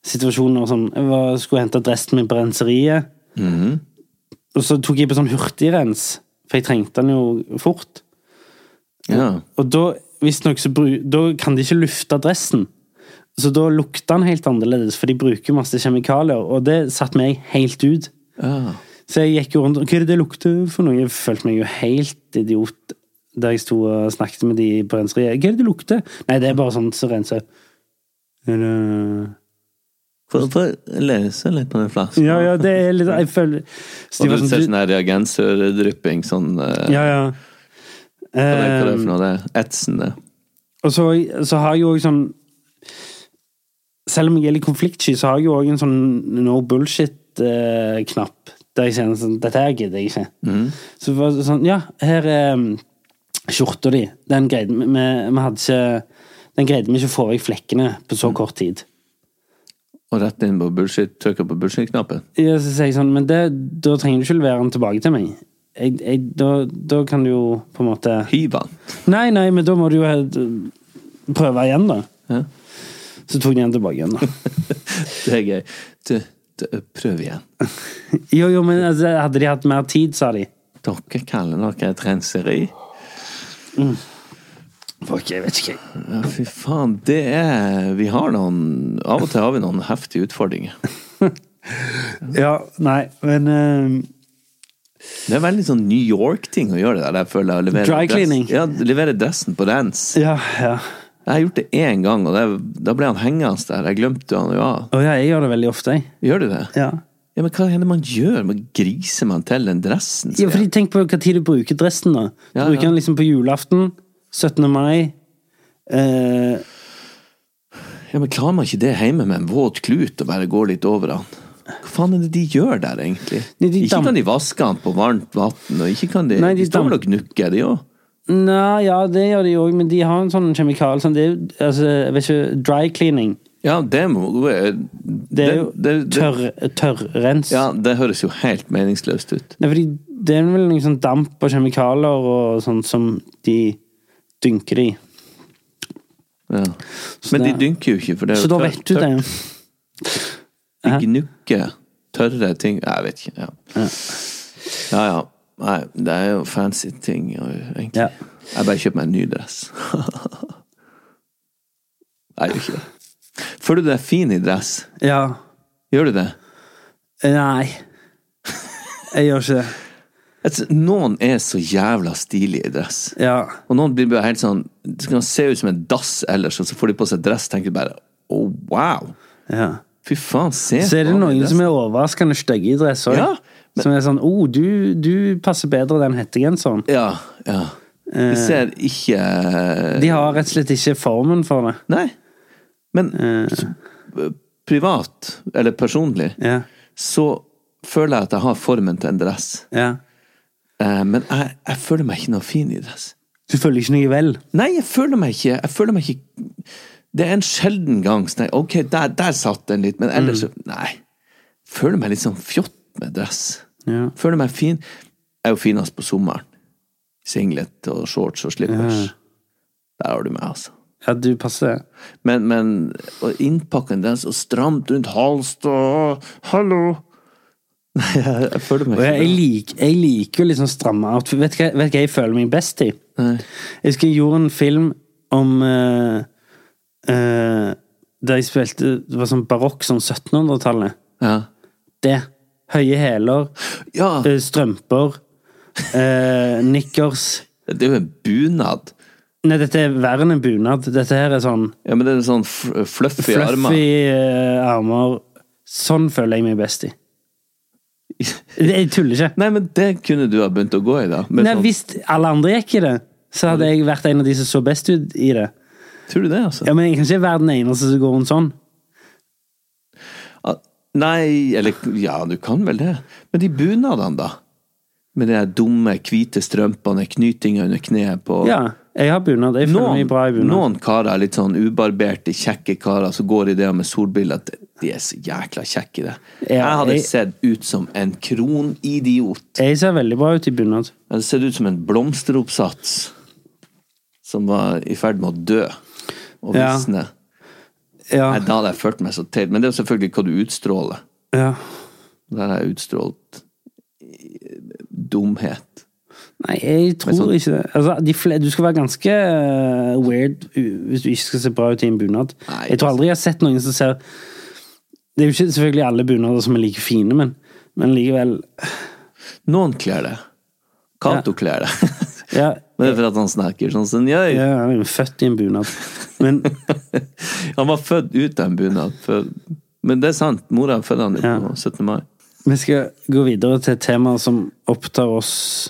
Speaker 3: Situasjoner og sånn. Jeg var, skulle hente dressen min på renseriet. Og så tok jeg på sånn hurtigrens, for jeg trengte den jo fort.
Speaker 4: Ja.
Speaker 3: Og da, visstnok, så bru, da kan de ikke lufte dressen. Så da lukter den helt annerledes, for de bruker masse kjemikalier. Og det satte meg helt ut.
Speaker 4: ja.
Speaker 3: Så jeg gikk jo rundt Hva er det det lukter for noe? Jeg følte meg jo helt idiot der jeg sto og snakket med de på renseriet. Hva er det det lukter? Nei, det er bare sånt som renser. Er det-
Speaker 4: Få få lese litt på den flasken.
Speaker 3: Ja, ja, det er litt Jeg føler Så de
Speaker 4: Og
Speaker 3: var
Speaker 4: du ser
Speaker 3: sånn
Speaker 4: sånn her reagensørdrypping, sånn eh,
Speaker 3: du, Ja, ja.
Speaker 4: Hva er
Speaker 3: Eh,
Speaker 4: det for noe? Det er etsende.
Speaker 3: Og så, så har jeg jo også sånn Selv om jeg er litt konfliktsky, så har jeg jo òg en sånn no bullshit-knapp. der jeg sier sånn Dette her gidder jeg ikke. Så det var det sånn Ja, her er um, skjorta di. Den greide vi vi- Vi hadde ikke Den greide vi ikke å få vekk flekkene på så kort tid.
Speaker 4: Og rett inn på bullshit, trykker på bullshit-knappen.
Speaker 3: Ja, så sier jeg sånn Men det, da trenger du ikke levere den tilbake til meg. Jeg, jeg, da, da kan du jo på en måte
Speaker 4: Hiv han.
Speaker 3: Nei, nei, men da må du jo eh, prøve igjen, da.
Speaker 4: Ja.
Speaker 3: Så tok de den tilbake igjen, da.
Speaker 4: Det er gøy. Du, du, prøv igjen.
Speaker 3: Jo, jo, men altså, hadde de hatt mer tid, sa de.
Speaker 4: Dere kaller dere et renseri?
Speaker 3: Fuck, jeg vet ikke.
Speaker 4: Ja, fy faen. Det er Vi har noen Av og til har vi noen heftige utfordringer.
Speaker 3: Ja, nei, men eh,
Speaker 4: Det er veldig sånn New York-ting å gjøre det der. Jeg føler jeg å levere
Speaker 3: Dry cleaning.
Speaker 4: Dress. Ja, levere dressen på rens.
Speaker 3: Ja, ja.
Speaker 4: Jeg har gjort det én gang, og det, da ble han hengende der. Jeg glemte han jo av.
Speaker 3: Og ja, jeg gjør det veldig ofte, jeg.
Speaker 4: Gjør du det?
Speaker 3: Ja.
Speaker 4: Ja, Men hva er det man gjør? Man griser man til den dressen? sier
Speaker 3: ja, fordi Tenk på hva tid du bruker dressen, da. Du
Speaker 4: Ja, ja.
Speaker 3: bruker den liksom på julaften, 17. mai. Eh,
Speaker 4: jeg. ja, men Klarer man ikke det hjemme med en våt klut og bare går litt over han? Hva faen er det de gjør der, egentlig?
Speaker 3: Nei, de
Speaker 4: ikke
Speaker 3: dam-
Speaker 4: kan de vaske han på varmt vann, og ikke kan de
Speaker 3: Nei, de
Speaker 4: de står
Speaker 3: dam-
Speaker 4: vel og gnukker, de òg.
Speaker 3: nei, ja, det gjør de òg, men de har en sånn kjemikal som det er jo- altså, jeg vet ikke, Dry cleaning.
Speaker 4: Ja, det må Det,
Speaker 3: Det er jo
Speaker 4: det- det-
Speaker 3: tørr, tørrrens.
Speaker 4: Ja, det høres jo helt meningsløst ut.
Speaker 3: Nei, fordi det er vel noe sånn damp og kjemikalier og sånt som de dynker i.
Speaker 4: Ja.
Speaker 3: Så
Speaker 4: Men de
Speaker 3: det-
Speaker 4: dynker jo ikke, for det er
Speaker 3: Så da
Speaker 4: jo tør-
Speaker 3: vet du
Speaker 4: tørt.
Speaker 3: det.
Speaker 4: De gnukker tørre ting Jeg vet ikke. Ja ja. ja. Nei, det er jo fancy ting, og- egentlig.
Speaker 3: Ja.
Speaker 4: Jeg bare kjøper meg en ny dress. Jeg gjør ikke det. Føler du deg fin i dress?
Speaker 3: Ja.
Speaker 4: Gjør du det?
Speaker 3: Nei. Jeg gjør ikke det.
Speaker 4: Altså, noen er så jævla stilige i dress.
Speaker 3: Ja.
Speaker 4: Og noen blir bare helt sånn De kan se ut som en dass ellers, og så får de på seg dress, tenker du bare oh, wow.
Speaker 3: ja.
Speaker 4: Fy faen, se
Speaker 3: Så er det
Speaker 4: på den
Speaker 3: noen
Speaker 4: dressen.
Speaker 3: som er overraskende stygge i dress òg.
Speaker 4: Ja, men-
Speaker 3: Som er sånn 'Å, oh, du, du passer bedre den hettegenseren'.
Speaker 4: Ja, ja.
Speaker 3: Eh.
Speaker 4: De ser ikke
Speaker 3: De har rett og slett ikke formen for det.
Speaker 4: Nei. Men
Speaker 3: Eh.
Speaker 4: s- eh, privat, eller personlig,
Speaker 3: Ja.
Speaker 4: så føler jeg at jeg har formen til en dress.
Speaker 3: ja.
Speaker 4: Eh, Men jeg, jeg føler meg ikke noe fin i dress.
Speaker 3: Du føler ikke noe vel?
Speaker 4: Nei, jeg føler meg ikke Jeg føler meg ikke Det er en sjelden gang så tenker jeg, Ok, der, der satt den litt, men ellers
Speaker 3: Mm.
Speaker 4: så Nei. Føler meg litt sånn fjott med dress.
Speaker 3: Ja.
Speaker 4: Føler meg fin. Jeg er jo finest på sommeren. Singlet og shorts og slippers. Der har du meg, altså.
Speaker 3: Ja, du passer.
Speaker 4: Men, men og innpakken den så stramt rundt halsen og Hallo! Nei, jeg, jeg føler meg
Speaker 3: Og jeg, jeg,
Speaker 4: ikke bra.
Speaker 3: lik, jeg liker jo litt sånn stramme outfit. Vet du hva, vet du hva jeg føler meg best i?
Speaker 4: Nei.
Speaker 3: Jeg husker jeg gjorde en film om eh, eh, Der jeg spilte Det var sånn barokk, sånn 1700-tallet.
Speaker 4: Ja.
Speaker 3: Det. Høye hæler,
Speaker 4: ja,
Speaker 3: eh, strømper, eh, nikkers
Speaker 4: det er jo en bunad.
Speaker 3: Nei, dette er verre enn en bunad. Dette her er sånn
Speaker 4: Ja, men det er en sånn f- fluffy,
Speaker 3: fluffy
Speaker 4: armer.
Speaker 3: eh, armer. Sånn føler jeg meg best i. Jeg tuller ikke.
Speaker 4: Nei, men det kunne du ha begynt å gå i, da. Med
Speaker 3: Nei,
Speaker 4: sånn-
Speaker 3: Hvis alle andre gikk i det, så hadde jeg vært en av de som så best ut i det.
Speaker 4: Tror du det, altså?
Speaker 3: Ja, Men jeg kan ikke være den eneste som går rundt sånn.
Speaker 4: Ah, Nei, eller Ja, du kan vel det. Men de bunadene, da? Med de der dumme, hvite strømpene, knytinga under kneet på
Speaker 3: Ja, jeg har bunad. Jeg føler
Speaker 4: noen,
Speaker 3: meg bra i bunad.
Speaker 4: noen karer, litt sånn ubarberte, kjekke karer, som går i det med solbriller, at de er så jækla kjekke i det. jeg hadde
Speaker 3: jeg-
Speaker 4: sett ut som en kronidiot.
Speaker 3: Jeg ser veldig bra ut i bunad.
Speaker 4: Jeg hadde sett ut som en blomsteroppsats som var i ferd med å dø og
Speaker 3: Ja.
Speaker 4: visne.
Speaker 3: Ja.
Speaker 4: Nei, Da hadde jeg følt meg så teit. Men det er jo selvfølgelig hva du utstråler.
Speaker 3: ja.
Speaker 4: Der har jeg utstrålt eh, dumhet.
Speaker 3: Nei, jeg tror
Speaker 4: sånn-
Speaker 3: ikke det. Altså, de fle du skal være ganske eh, weird u- hvis du ikke skal se bra ut i en bunad.
Speaker 4: Nei.
Speaker 3: Jeg tror aldri jeg har sett noen som ser Det er jo ikke selvfølgelig alle bunader som er like fine, men, men likevel
Speaker 4: Noen kler det. Cato kler det.
Speaker 3: Ja,
Speaker 4: Men det er for at han snakker sånn som han gjør.
Speaker 3: ja han er jo født i en bunad. Men
Speaker 4: Han var født ut av en bunad. For... Men det er sant. Mora fødte han jo
Speaker 3: Ja.
Speaker 4: på 17. mai.
Speaker 3: Vi skal gå videre til et tema som opptar oss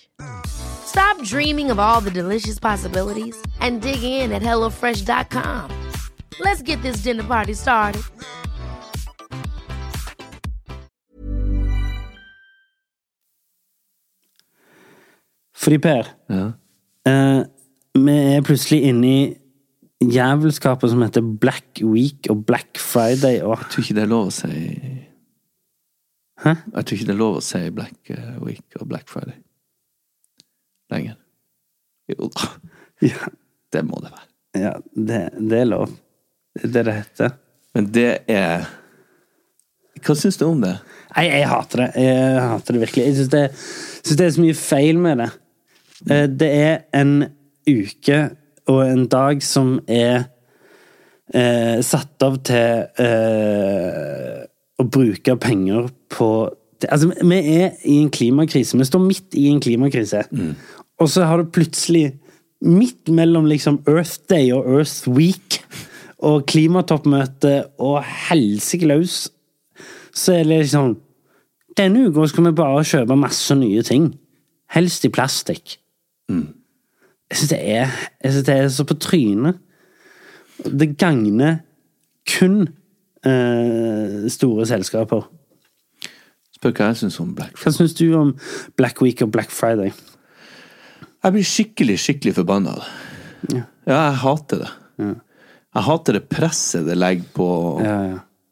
Speaker 8: Stop dreaming of all the delicious possibilities and dig in at HelloFresh.com. Let's get this dinner party started.
Speaker 3: Fordi, Per,
Speaker 4: Ja.
Speaker 3: eh, vi er plutselig inne i jævelskapet som heter Black Week og Black Friday og
Speaker 4: Jeg tror ikke det er lov å si
Speaker 3: Hæ?
Speaker 4: Jeg tror ikke det er lov å si Black eh, Week og Black Friday lenger. Jo da,
Speaker 3: Ja,
Speaker 4: det må det være.
Speaker 3: ja det, det er lov. Det er det det heter.
Speaker 4: Men det er Hva syns du om det?
Speaker 3: Nei, jeg hater det. Jeg hater det virkelig. Jeg syns det, synes det er så mye feil med det. Eh, Det er en uke og en dag som er eh, satt av til eh, å bruke penger på Altså, vi er i en klimakrise. Vi står midt i en klimakrise. Og så har du plutselig, midt mellom liksom Earth Day og Earth Week og klimatoppmøte og helsike løs, så er det liksom Denne uka skal vi bare kjøpe masse nye ting. Helst i plastikk.
Speaker 4: Mm.
Speaker 3: Jeg syns det, er- jeg synes det er så på trynet. Det gagner kun eh, store selskaper.
Speaker 4: Spør hva jeg syns om Black
Speaker 3: Hva syns du om Black Week og Black Friday?
Speaker 4: Jeg blir skikkelig, skikkelig forbanna av det.
Speaker 3: Ja.
Speaker 4: jeg hater det. Jeg hater det presset det legger på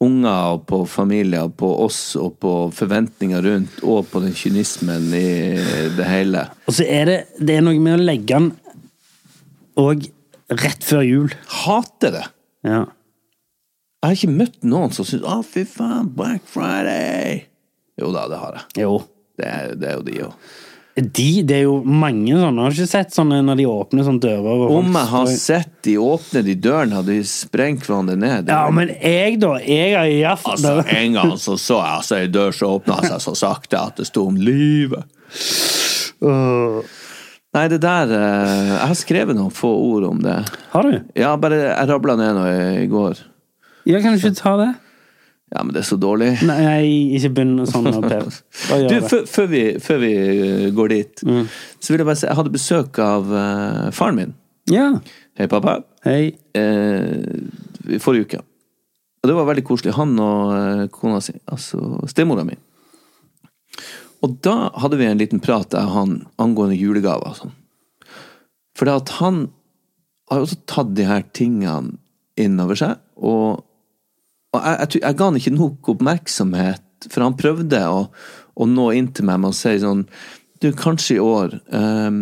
Speaker 4: unger og på familier, og på oss og på forventninger rundt, og på den kynismen i det hele.
Speaker 3: Og så er det, det er noe med å legge den og rett før jul.
Speaker 4: Hater det!
Speaker 3: Ja.
Speaker 4: Jeg har ikke møtt noen som syns 'Å, fy faen, Black Friday'. Jo da, det har jeg.
Speaker 3: Jo.
Speaker 4: Det er, det er jo de òg.
Speaker 3: De, det er jo mange sånne. Har du ikke sett sånne når de åpner sånne dører? og
Speaker 4: Om
Speaker 3: folk
Speaker 4: jeg har
Speaker 3: står i-
Speaker 4: sett de åpne de dørene, hadde de sprengt hverandre ned.
Speaker 3: Ja, men jeg, da. Jeg har iallfall
Speaker 4: Altså, en gang så så jeg altså, ei dør som åpna seg så sakte at det sto om livet. Nei, det der eh, Jeg har skrevet noen få ord om det.
Speaker 3: Har du?
Speaker 4: Ja, bare jeg rabla ned noe i går.
Speaker 3: Jeg kan ikke ta det.
Speaker 4: Ja, men det er så dårlig.
Speaker 3: Nei, ikke begynn sånn, nå, Per. Bare gjør
Speaker 4: Du,
Speaker 3: det. Mm.
Speaker 4: før, før, vi, før vi eh, går dit, så vil jeg bare si jeg hadde besøk av eh, faren min.
Speaker 3: Ja.
Speaker 4: Hei, pappa.
Speaker 3: Hei.
Speaker 4: Eh, I forrige uke. Og det var veldig koselig. Han og eh, kona si, altså stemora mi. Og da hadde vi en liten prat, jeg og han, angående julegaver og sånn. For det at han har jo også tatt de her tingene innover seg, og, og jeg, jeg, tror- jeg ga han ikke nok oppmerksomhet, for han prøvde å, å nå inn til meg med å si sånn Du, kanskje i år ehm,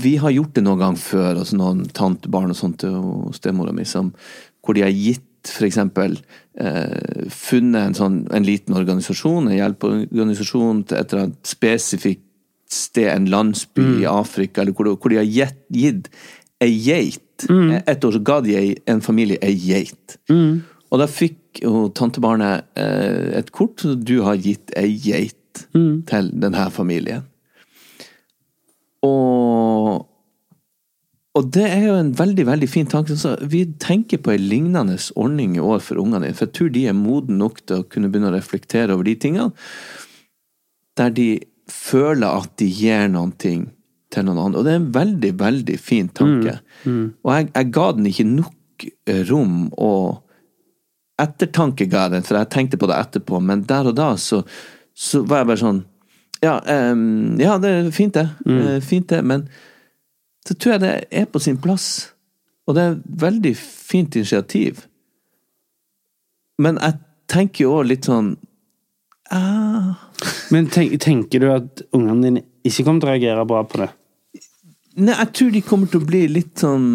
Speaker 4: Vi har gjort det noen gang før, altså noen tantebarn og sånt og stemora mi, som, hvor de har gitt for eksempel eh, funnet en, sånn, en liten organisasjon, en hjelpeorganisasjon til et eller annet spesifikt sted, en landsby i Afrika, eller hvor, hvor de har gitt, gitt ei geit. Et år så ga de ei, en familie ei geit. Og da fikk jo tantebarnet eh, et kort, så du har gitt ei geit til denne familien. Og og det er jo en veldig veldig fin tanke. Så vi tenker på en lignende ordning i år for ungene dine. For jeg tror de er modne nok til å kunne begynne å reflektere over de tingene. Der de føler at de gjør noen ting til noen andre. Og det er en veldig, veldig fin tanke. Og jeg, jeg ga den ikke nok eh, rom og ettertanke ga jeg den, for jeg tenkte på det etterpå, men der og da så, så var jeg bare sånn Ja, em, ja det er fint, det. Eh, Fint, det. Men så tror jeg det er på sin plass. Og det er et veldig fint initiativ. Men jeg tenker jo også litt sånn "Ah,
Speaker 3: Men tenk, tenker du at ungene dine ikke kommer til å reagere bra på det?
Speaker 4: Nei, jeg tror de kommer til å bli litt sånn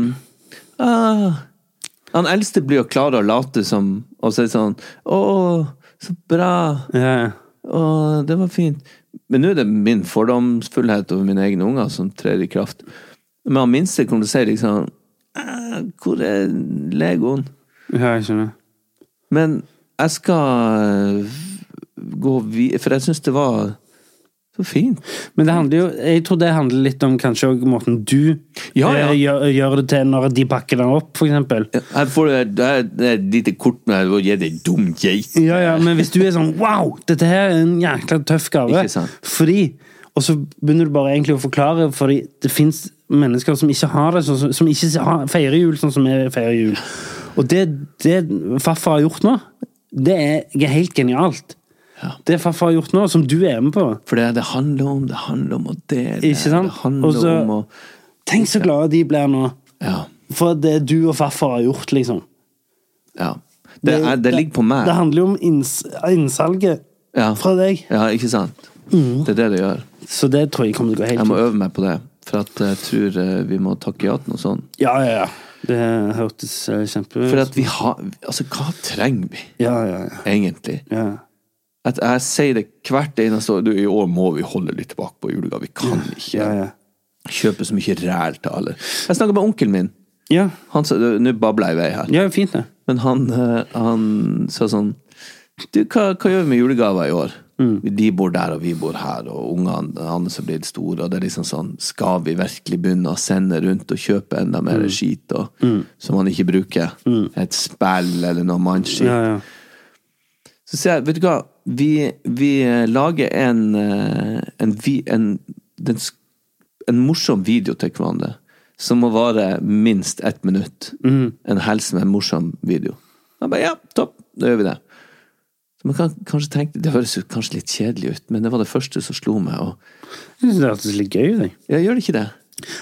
Speaker 4: ah. Han eldste blir jo klare å late som og si sånn Å, så bra.
Speaker 3: Ja, ja.
Speaker 4: Å, det var fint. Men nå er det min fordomsfullhet over mine egne unger som trer i kraft. Men han minste kommer til å si liksom «Ah, Hvor er legoen?
Speaker 3: ja jeg skjønner.
Speaker 4: Men jeg skal øh, gå videre, for jeg syns det var så fint.
Speaker 3: Men det handler jo, jeg tror det handler litt om kanskje også måten du
Speaker 4: Ja, ja.
Speaker 3: eh, Gjør, gjør det til når de pakker den opp, for eksempel.
Speaker 4: Her får du et- det er- det er et lite kort med å gi deg dum geit.
Speaker 3: Ja, ja, men hvis du er sånn Wow, dette her er en jækla tøff gave.
Speaker 4: Ikke sant.
Speaker 3: Fordi Og så begynner du bare egentlig å forklare, fordi det fins mennesker som ikke har det, sånn som, som ikke har, feirer jul sånn som vi feirer jul. Og det, det farfar har gjort nå, det er ge- helt genialt. Det farfar har gjort nå, som du er med på.
Speaker 4: For det, det handler om det handler om å dele.
Speaker 3: Ikke sant?
Speaker 4: Det handler
Speaker 3: Og så-
Speaker 4: om å
Speaker 3: Tenk så glade de blir nå
Speaker 4: Ja.
Speaker 3: for det du og farfar har gjort, liksom.
Speaker 4: ja. Det, er, det ligger på meg.
Speaker 3: Det handler jo om inns, innsalget
Speaker 4: ja.
Speaker 3: fra deg.
Speaker 4: ja, ikke sant?
Speaker 3: Mm.
Speaker 4: Det er det det gjør.
Speaker 3: Så det tror jeg kommer til å gå helt
Speaker 4: Jeg må
Speaker 3: fint.
Speaker 4: eh, øve meg på det, for at jeg tror eh, vi må takke ja til noe sånt.
Speaker 3: Ja, ja, ja. Det hørtes eh, kjempe
Speaker 4: For at vi har Altså, hva trenger vi? Egentlig. At jeg sier det hvert eneste år. Du, I år må vi holde litt tilbake på julegave. Vi kan ikke kjøpe så mye ræl til alle. Jeg snakka med onkelen min. Han sa Nå babler jeg i vei her. Men han, eh, han sa sånn Du, hva, hva gjør vi med julegaver i år?
Speaker 3: Mm.
Speaker 4: De bor der, og vi bor her, og ungene hans har blitt store, og det er liksom sånn Skal vi virkelig begynne å sende rundt og kjøpe enda mer
Speaker 3: Mm.
Speaker 4: skit og,
Speaker 3: Mm.
Speaker 4: som man ikke bruker? Et spill eller noe mannskitt?
Speaker 3: Ja, ja.
Speaker 4: Så sier jeg, vet du hva, vi, vi eh, lager en, eh, en, vi- en, den sk- en morsom video til hverandre, som må vare minst ett minutt. En helse med en morsom video. Jeg bare, ja, topp, da gjør vi det. Så man kan kanskje tenke, Det høres jo kanskje litt kjedelig ut, men det var det første som slo meg. Og,
Speaker 3: Jeg synes det hørtes litt gøy ut.
Speaker 4: Ja, gjør det ikke det?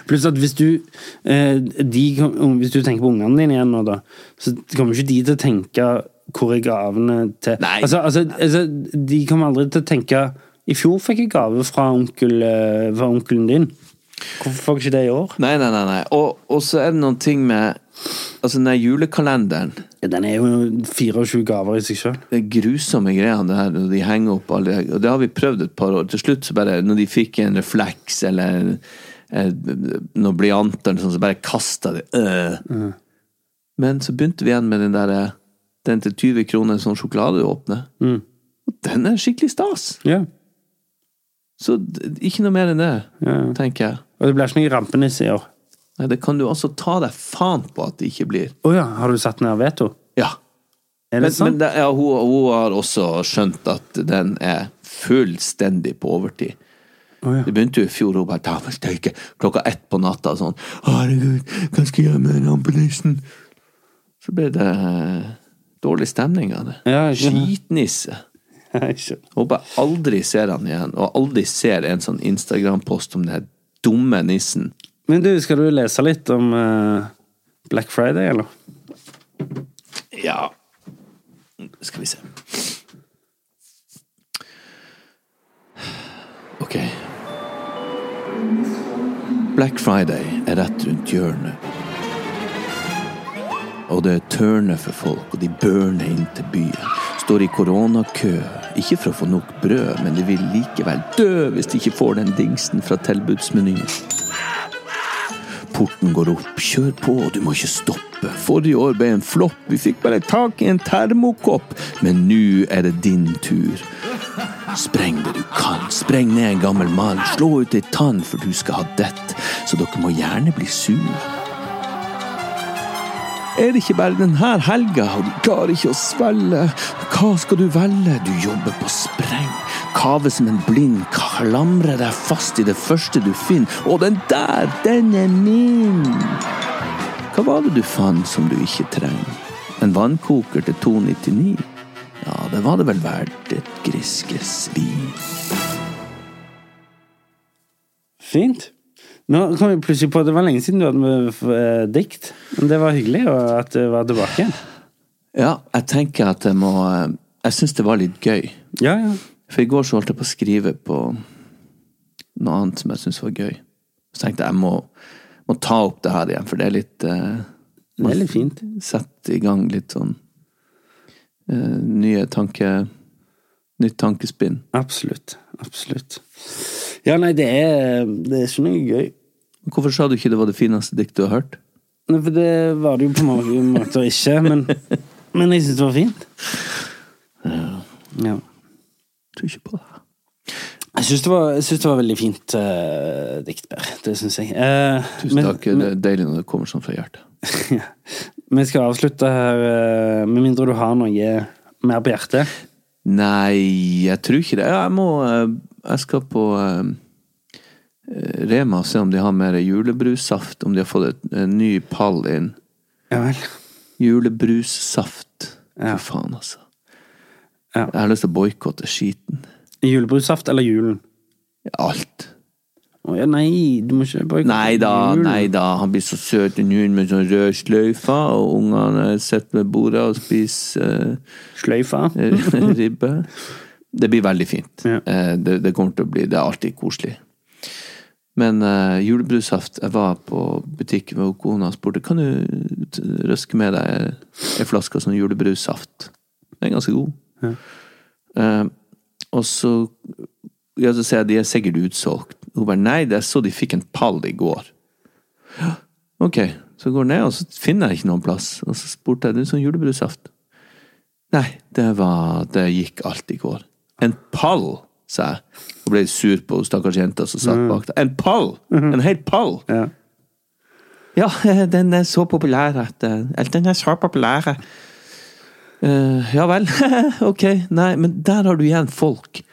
Speaker 3: Pluss at hvis du, eh, de, kom- hvis du tenker på ungene dine igjen nå, da, så kommer ikke de til å tenke hvor er gavene til Altså, altså, altså, de kommer aldri til å tenke I fjor fikk jeg gave fra, onkel, eh, fra onkelen din. Hvorfor får jeg ikke det i år?
Speaker 4: Nei, nei, nei. nei. Og, og så er det noen ting med Altså, den der julekalenderen
Speaker 3: Den er jo 24 gaver i seg sjøl.
Speaker 4: Det er grusomme greiene det her når de henger opp alle Og det har vi prøvd et par år. Til slutt, så bare når de fikk en refleks eller eh, noen blyanter eller sånn, så bare kasta de øh. Men så begynte vi igjen med den der eh, den til 20 kroner sånn sjokolade du åpner.
Speaker 3: Mm.
Speaker 4: Og den er skikkelig stas!
Speaker 3: Ja.
Speaker 4: Så d- ikke noe mer enn det, tenker jeg.
Speaker 3: Og det blir ikke noe rampenisse i år.
Speaker 4: Nei, det kan du altså ta deg faen på at det ikke blir.
Speaker 3: Å ja, har du satt ned veto?
Speaker 4: Ja.
Speaker 3: Er
Speaker 4: men,
Speaker 3: det sant?
Speaker 4: Men det, ja, hun, hun har også skjønt at den er fullstendig på overtid. Det begynte jo i fjor, hun bare «Ta meg steike», klokka ett på natta og sånn. Herregud, hva skal jeg gjøre med rampenissen? Så ble det eh, dårlig stemning av det. Skitnisse. Hun bare aldri ser han igjen, og aldri ser en sånn Instagram-post om den her dumme nissen.
Speaker 3: Men du, skal du lese litt om eh, Black Friday, eller?
Speaker 4: Ja Skal vi se. Ok. Black Friday er rett rundt hjørnet. Og det tørner for folk, og de burner inn til byen. Står i koronakø, ikke for å få nok brød, men de vil likevel dø hvis de ikke får den dingsen fra tilbudsmenyen. Porten går opp. Kjør på, du må ikke stoppe. Forrige år ble en flopp. Vi fikk bare tak i en termokopp. Men nå er det din tur. Spreng det du kan. Spreng ned en gammel mann. Slå ut ei tann, for du skal ha dett. Så dere må gjerne bli sure. Er det ikke bare denne helga, og de klarer ikke å svelge? Hva skal du velge? Du jobber på spreng. Kave som en blind, klamre deg fast i det første du finner. Og den der, den er min! Hva var det du fant som du ikke trenger? En vannkoker til 299? Ja, det var det vel verdt et griske svin.
Speaker 3: Fint. Nå kom jeg plutselig på at Det var lenge siden du hadde med eh, dikt. Men det var hyggelig og at du var tilbake igjen.
Speaker 4: Ja, jeg tenker at jeg må eh, Jeg syns det var litt gøy.
Speaker 3: Ja, ja.
Speaker 4: For i går så holdt jeg på å skrive på noe annet som jeg syntes var gøy. Så tenkte jeg jeg må, må ta opp det her igjen, for det er litt eh,
Speaker 3: Det er litt fint.
Speaker 4: Sette i gang litt sånn eh, nye tanke... Nytt tankespinn.
Speaker 3: Absolutt. Absolutt. Ja, nei, det er, det er ikke noe gøy.
Speaker 4: Hvorfor sa du ikke det var det fineste diktet du har hørt?
Speaker 3: Nei, for det var det jo på mange måter ikke, men, men jeg syns det var fint. Ja.
Speaker 4: Tror ikke på det.
Speaker 3: Jeg syns det, var- jeg synes det var veldig fint eh, dikt, Per. Det syns jeg. Eh,
Speaker 4: Tusen
Speaker 3: men-
Speaker 4: takk. det er deilig når det kommer sånn fra hjertet.
Speaker 3: Vi skal avslutte her, eh, med mindre du har noe mer på hjertet.
Speaker 4: Nei, jeg tror ikke det. Ja, Jeg må eh, Jeg skal på eh, Rema og se om de har mer julebrussaft. Om de har fått et, en ny pall inn.
Speaker 3: Ja vel.
Speaker 4: Julebrussaft. For faen, altså. Jeg har lyst til å boikotte skiten.
Speaker 3: Julebrussaft eller julen?
Speaker 4: Alt.
Speaker 3: Å ja, nei, du må ikke boikotte
Speaker 4: Nei da, nei da. Han blir så søt, en hund med sånn rød sløyfe, og ungene sitter ved bordet og spiser uh,
Speaker 3: Sløyfe?
Speaker 4: ribbe. Det blir veldig fint. Eh, det, det kommer til å bli Det er alltid koselig. Men eh, julebrussaft Jeg var på butikken med kona og spurte Kan du t- røske med deg ei flaske sånn julebrussaft. Den er ganske god.
Speaker 3: Ja.
Speaker 4: Eh, og så ja, så sier jeg de er sikkert utsolgt. Hun bare nei, jeg så de fikk en pall i går. «Ja, Ok, så går jeg ned, og så finner jeg ikke noen plass. Og så spurte jeg du sånn julebrussaft. Nei, det var Det gikk alt i går. En pall, sa jeg. Og ble sur på hun stakkars jenta som satt bak der. En pall! En hel pall!
Speaker 3: Mm. Mhm. Ja.
Speaker 4: eh, den er så populær at eh, Eller den er så populær. Eh, ja vel. ok. Nei, men der har du igjen folk.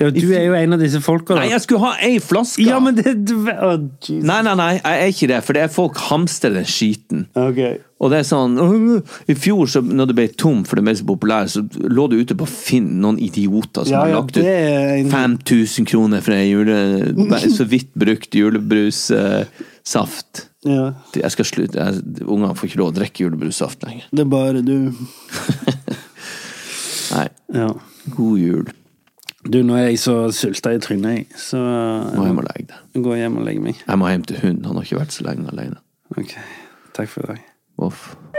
Speaker 3: Ja, du er jo en av disse folka, da.
Speaker 4: Nei, jeg skulle ha ei flaske!
Speaker 3: Ja, men det du, å, Jesus.
Speaker 4: Nei, nei, nei, jeg er ikke det, for det er folk hamstrer den skiten.
Speaker 3: Ok.
Speaker 4: Og det er sånn «Åh, I fjor, så, når det ble tom for det mest populære, så lå det ute på Finn noen idioter som
Speaker 3: Ja,
Speaker 4: har
Speaker 3: ja,
Speaker 4: lagt
Speaker 3: det er en-
Speaker 4: ut 5000 kroner for en jule, nei, så vidt brukt julebrussaft.
Speaker 3: Ja.
Speaker 4: Jeg skal slutte jeg, Ungene får ikke lov å drikke julebrussaft lenger.
Speaker 3: Det er bare du.
Speaker 4: Nei.
Speaker 3: Ja.
Speaker 4: God jul.
Speaker 3: Du, nå er jeg så sulta i trynet, jeg. Så eh,
Speaker 4: Må hjem og legge deg.
Speaker 3: gå hjem og legge meg.
Speaker 4: Jeg må hjem til hunden. Han har ikke vært så lenge alene.
Speaker 3: Ok. Takk for i dag.
Speaker 4: Voff.